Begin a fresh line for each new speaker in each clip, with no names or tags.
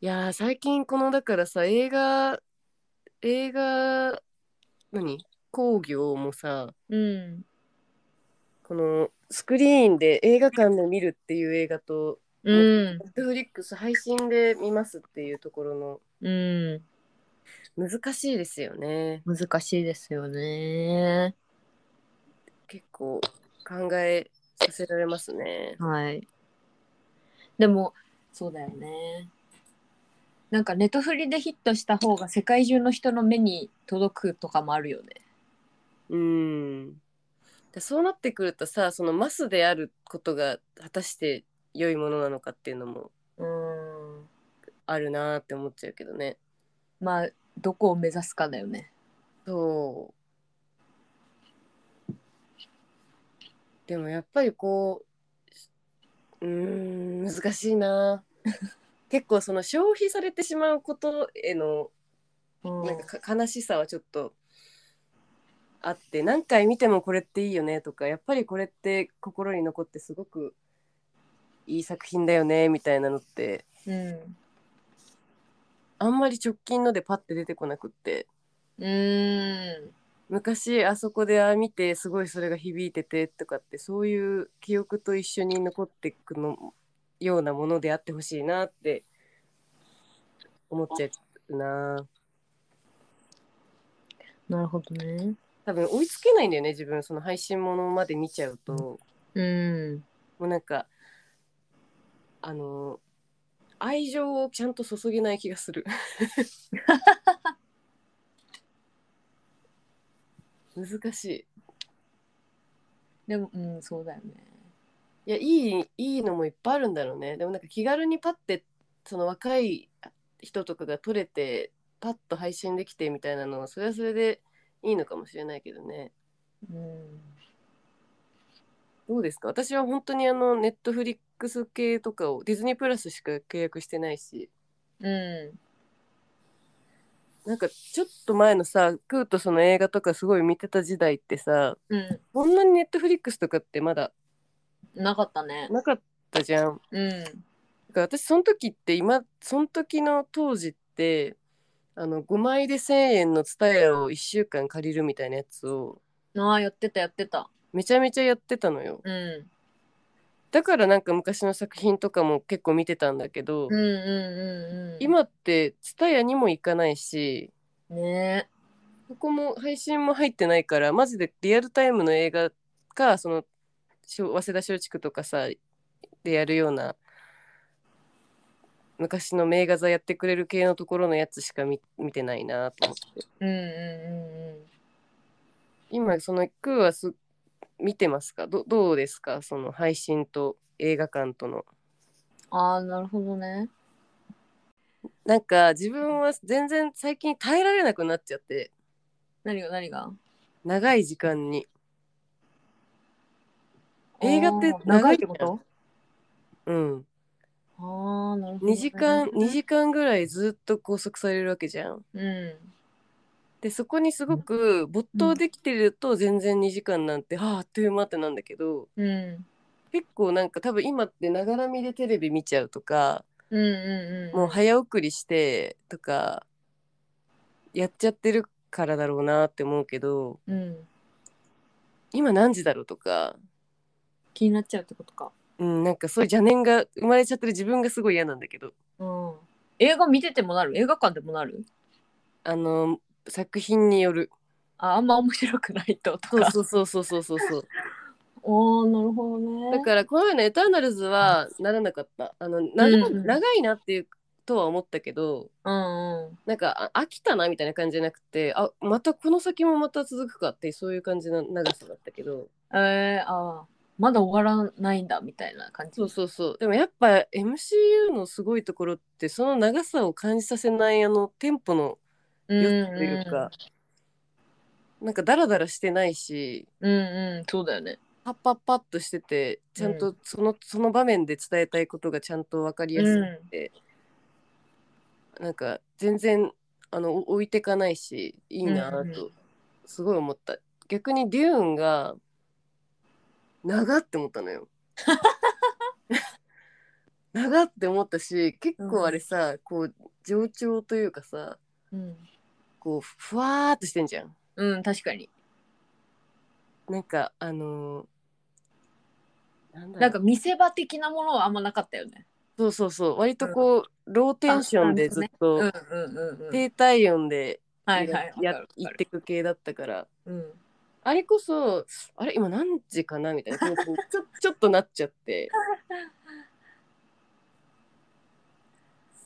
いやー最近このだからさ映画映画何興行もさ
うん。
このスクリーンで映画館で見るっていう映画と
うん。
Netflix 配信で見ますっていうところ
う
の難しいですよね
ん。難しいですよね。
結構考えさせられますね
はい。でも、そうだよね。なんかネットフリでヒットした方が世界中の人の目に届くとかもあるよね。
うんでそうなってくるとさそのマスであることが果たして良いものなのかっていうのも
うん。
あるなーって思っちゃうけどね
まあ、どこを目指すかだよね。
そう。でもやっぱりこう、うーん、難しいな。 結構その消費されてしまうことへの
うん
なんかか悲しさはちょっとあって何回見てもこれっていいよねとかやっぱりこれって心に残ってすごくいい作品だよねみたいなのって
うん。
あんまり直近のでパッて出てこなくって。
うん。
昔あそこでああ見てすごいそれが響いててとかってそういう記憶と一緒に残っていくのようなものであってほしいなって思っちゃうな
なるほどね。
多分追いつけないんだよね自分その配信ものまで見ちゃうと、も
うん。
うなんかあの愛情をちゃんと注げない気がする難しい
でも、うん、そうだよね。
いやいいいいのもいっぱいあるんだろうねでもなんか気軽にパッてその若い人とかが撮れてパッと配信できてみたいなのはそれはそれでいいのかもしれないけどね
うん。
どうですか私は本当にあのネットフリックス系とかをディズニープラスしか契約してないし
う
なんかちょっと前のさクートその映画とかすごい見てた時代ってさ
ん。う
こんなにネットフリックスとかってまだ
ん。なかったね。
なかったじゃん
うん。
だから私その時って今その時の当時ってあの5枚で1,000円のツタヤを1週間借りるみたいなやつを
ああ、やってた、やってた。
めちゃめちゃやってたのよ
うん。
だからなんか昔の作品とかも結構見てたんだけど、
うんうんうんうん。
今ってツタヤにも行かないし
ね
ここも配信も入ってないからマジでリアルタイムの映画かそのしょ早稲田松竹とかさでやるような昔の名画座やってくれる系のところのやつしか見見てないなと思って
うんうんうん
今そのクーはす見てますかどどうですかその配信と映画館との
うん。ああ、なるほどね。
なんか自分は全然最近耐えられなくなっちゃって
何が何が
長い時間に映画って
あー
長
長
い
いってこと
うん
ああ、なるほど、ね。
2時間2時間ぐらいずっと拘束されるわけじゃん。
うん。
でそこにすごく没頭できてると全然2時間なんて、あああっという間ってなんだけど
うん。
結構なんか多分今ってながら見でテレビ見ちゃうとか
うんうんうん。
もう早送りしてとかやっちゃってるからだろうなって思うけど
うん。
今何時だろうとか、
気になっちゃうってことか。
うん、なんかそういう邪念が生まれちゃってる自分がすごい嫌なんだけど
うん。映画見ててもなる映画館でもなる
あの作品による
ああんま面白くないってこと
そう
か。
そうそうそうそうそうそう。
ああ、なるほどね。
だからこの前の「エターナルズ」はならなかったあの長,、
うん
長いなっていうとは思ったけど
うんうん。
なんかあ飽きたなみたいな感じじゃなくてあまたこの先もまた続くかってそういう感じの長さだったけど
えー、ああ、まだ終わらないんだみたいな感じ。
そうそうそうでもやっぱ MCU のすごいところってその長さを感じさせないあのテンポの
うん
良
う
さ
ん
というか、なんかダラダラしてないし
うんうん、そうだよね。
パッパッパッとしててちゃん
う
とその,、その場面で伝えたいことがちゃんと分かりやすいなんか全然あのお置いてかないしいいな
うんうん
とすごい思った、逆にデューンが 長って思ったのよ長って思ったし結構あれさ、こう上調というかさ
うん、
こうふわーっとしてんじゃん
うん、確かに
なんかあのーなんだろ
な
うん
か見せ場的なものはあんまなかったよね
そうそうそう割とこう、ローテンションでずっ
うん
と
うんうんうん
低体温で
はいはい
や
わかる
行
わ
っ
か
て
る
く系だったから
うん
あれこそあれ今何時かなみたいな気持ちにちょちょっとなっちゃって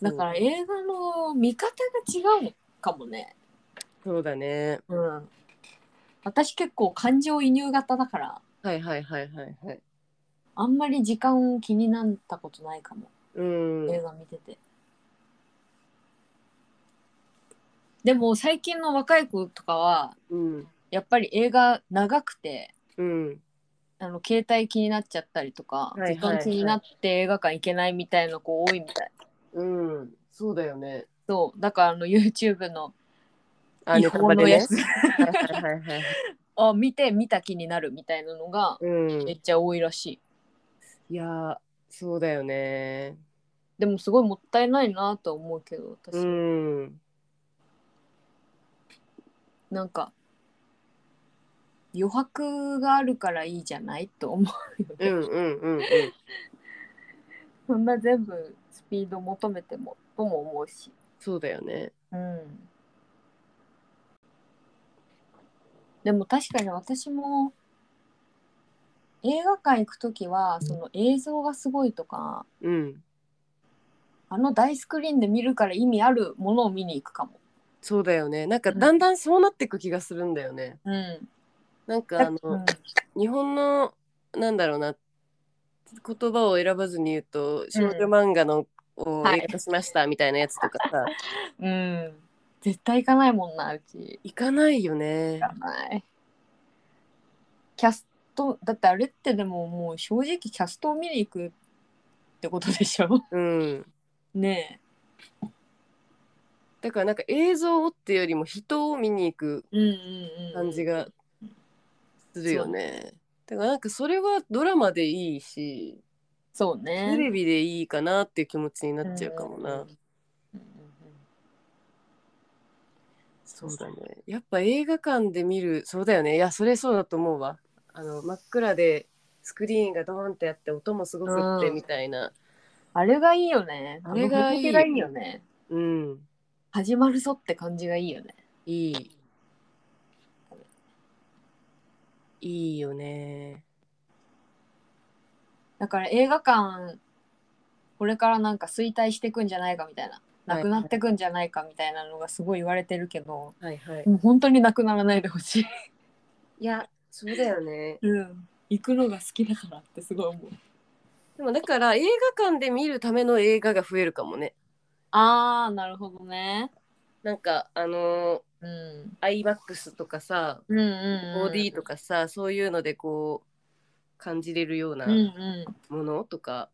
だから
そう
映画の見方が違うのかもね
そうだね
うん私結構感情移入型だから
はいはいはいはいはい
あんまり時間を気になったことないかも、
うん
映画見ててでも最近の若い子とかは
うん
やっぱり映画長くて
うん
あの携帯気になっちゃったりとか、
はいはいはい
時間気になって映画館行けないみたいな子多いみたい
うんそうだよね
そうだからあの YouTube の
あ
違
ネタバ
法
レ
の
ね
やつ、
はいはいはいはい
あ見て見た気になるみたいなのが
うん
めっちゃ多いらしい
いやーそうだよね
でもすごいもったいないなとは思うけど私、
うん
なんか余白があるからいいじゃないと思う
う
よね、
んうんうんうん
そんな全部スピード求めてもとも思うし
そうだよね
うんでも確かに私も映画館行く時はその映像がすごいとか
うん
あの大スクリーンで見るから意味あるものを見に行くかも。
そうだよねなんかだんだんそうなっていく気がするんだよね
うん、
なんかあの、
うん
日本のなんだろうな言葉を選ばずに言うと少女漫画の、を
はい
映画化しましたみたいなやつとかさ、
うん、絶対行かないもんなうち。
行かないよね
行かない。キャストだってあれってでももう正直キャストを見に行くってことでしょ
うん
ね
だからなんか映像をってよりも人を見に行く
え。うんうんうん。
感じがするよね、だからなんかそれはドラマでいいし
そう
テレ
ね。
ビでいいかなっていう気持ちになっちゃうかもな、
うんうんうんうん
そうだねやっぱ映画館で見るそうだよねいやそれそうだと思うわあの真っ暗でスクリーンがドーンってあって音もすごくって
うん
みたいな
あれがいいよね。
あれがいい
あの雰囲気がいいよね。
うん、
始まるぞって感じがいいよね。
いいいいよね
だから映画館これからなんか衰退してくんじゃないかみたいななくなってくんじゃないかみたいなのがすごい言われてるけど、
はいはい
もう本当になくならないで ほしい、
いやそうだよね
うん、行くのが好きだからってすごい思う
でもだから映画館で見るための映画が増えるかもね
ああなるほどね、
なんかあの
うん、
ー、iMAX とかさ
うんうんうん
4D とかさ、そういうのでこう感じれるような
うんうん
ものとか、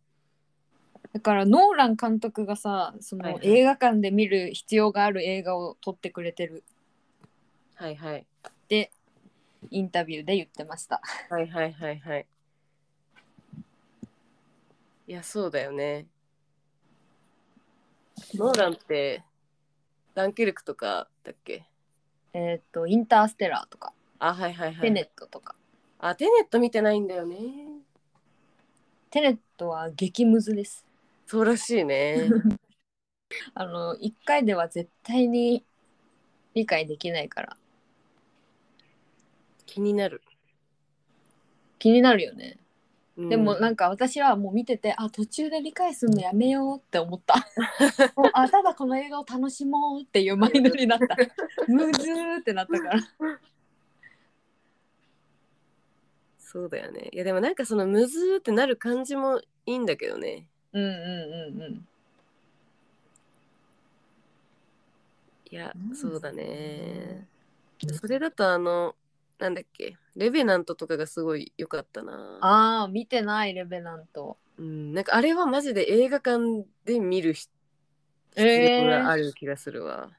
だからノーラン監督がさそ
はいは
の
い
映画館で見る必要がある映画を撮ってくれてる
はいはい
ってインタビューで言ってました
はいはいはいはい。いやそうだよね。ノーランってダンケルクとかだっけ
えっとインターステラーとか
あはいはいはい。
テネットとか、
あテネット見てないんだよね。
テネットは激ムズです。
そうらしい ね。
あの1回では絶対に理解できないから
気になる。
気になるよね。でもなん
か、
んか私はもう見ててあ途中で理解するのやめようって 思った。もうあただこの映画を楽しもうっていうマインドにな った。ムズーってなったから。
そうだよね。いやでもなんかそのむずーってなる感じもいいんだけどね。
うんうんうんうん。
いや
うん
そうだね。それだとあのなんだっけレベナントとかがすごい良かったな。
ああ見てないレベナント。
うん、なんかあれはマジで映画館で見る必必
え
要が
ー、
ある気がするわ。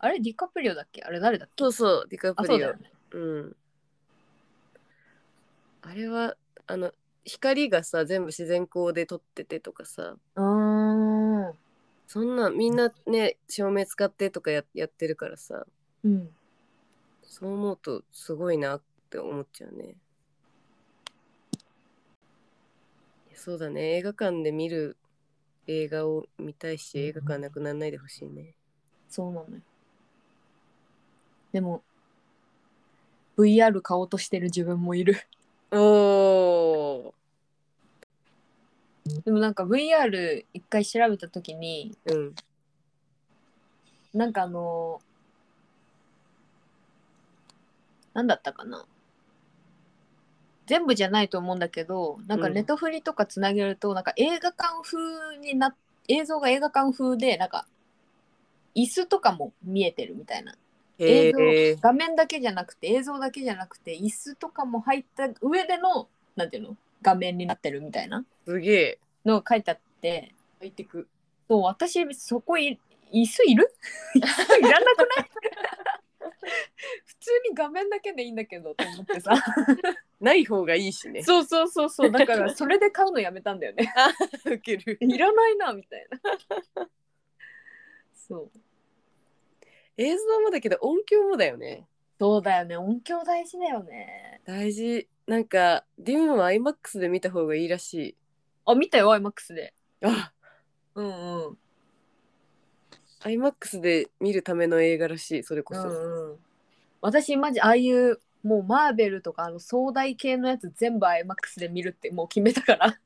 あれディカプリオだっけあれ誰だっけ
そうそう、ディカ
あ
プ
そう
リ
だ
オ。
よ
う
ね。
ん。あれは、あの、光がさ全部自然光で撮っててとかさ
うんうん
そんなみんなね照明使ってとかややってるからさ
うん
そう思うとすごいなって思っちゃうねいやそうだね映画館で見る映画を見たいし映画館なくならないでほしいね
そうなのよでも VR 買おうとしてる自分も いる
おー
でもなんか VR 一回調べた時に
うん
なんかあのなんだったかな全部じゃないと思うんだけどなんか
うん
ネトフリとかつなげると、なんか映画館風にな映像が映画館風でなんか椅子とかも見えてるみたいな
へ
映
え
画面だけじゃなくて映像だけじゃなくて椅子とかも入った上でのなんていうの画面になってるみたいな
すげえ
のが書いてあって
入ってく
そう私そこい椅子いる 椅子いらなくない 普通に画面だけでいいんだけどと思ってさ
ない方がいいしね
そうそうそうそうだからそれで買うのやめたんだよ ね
ウケる
いらないなみたいなそう
映像もだけど音響もだよね
そうだよね音響大事だよね
大事なんかディムは iMAX で見た方がいいらしい
あ見たよ iMAX で
あ
うんうん
iMAX で見るための映画らしいそれこそ、
うんうん、私マジああいうもうマーベルとかあの壮大系のやつ全部 IMAX で見るってもう決めたから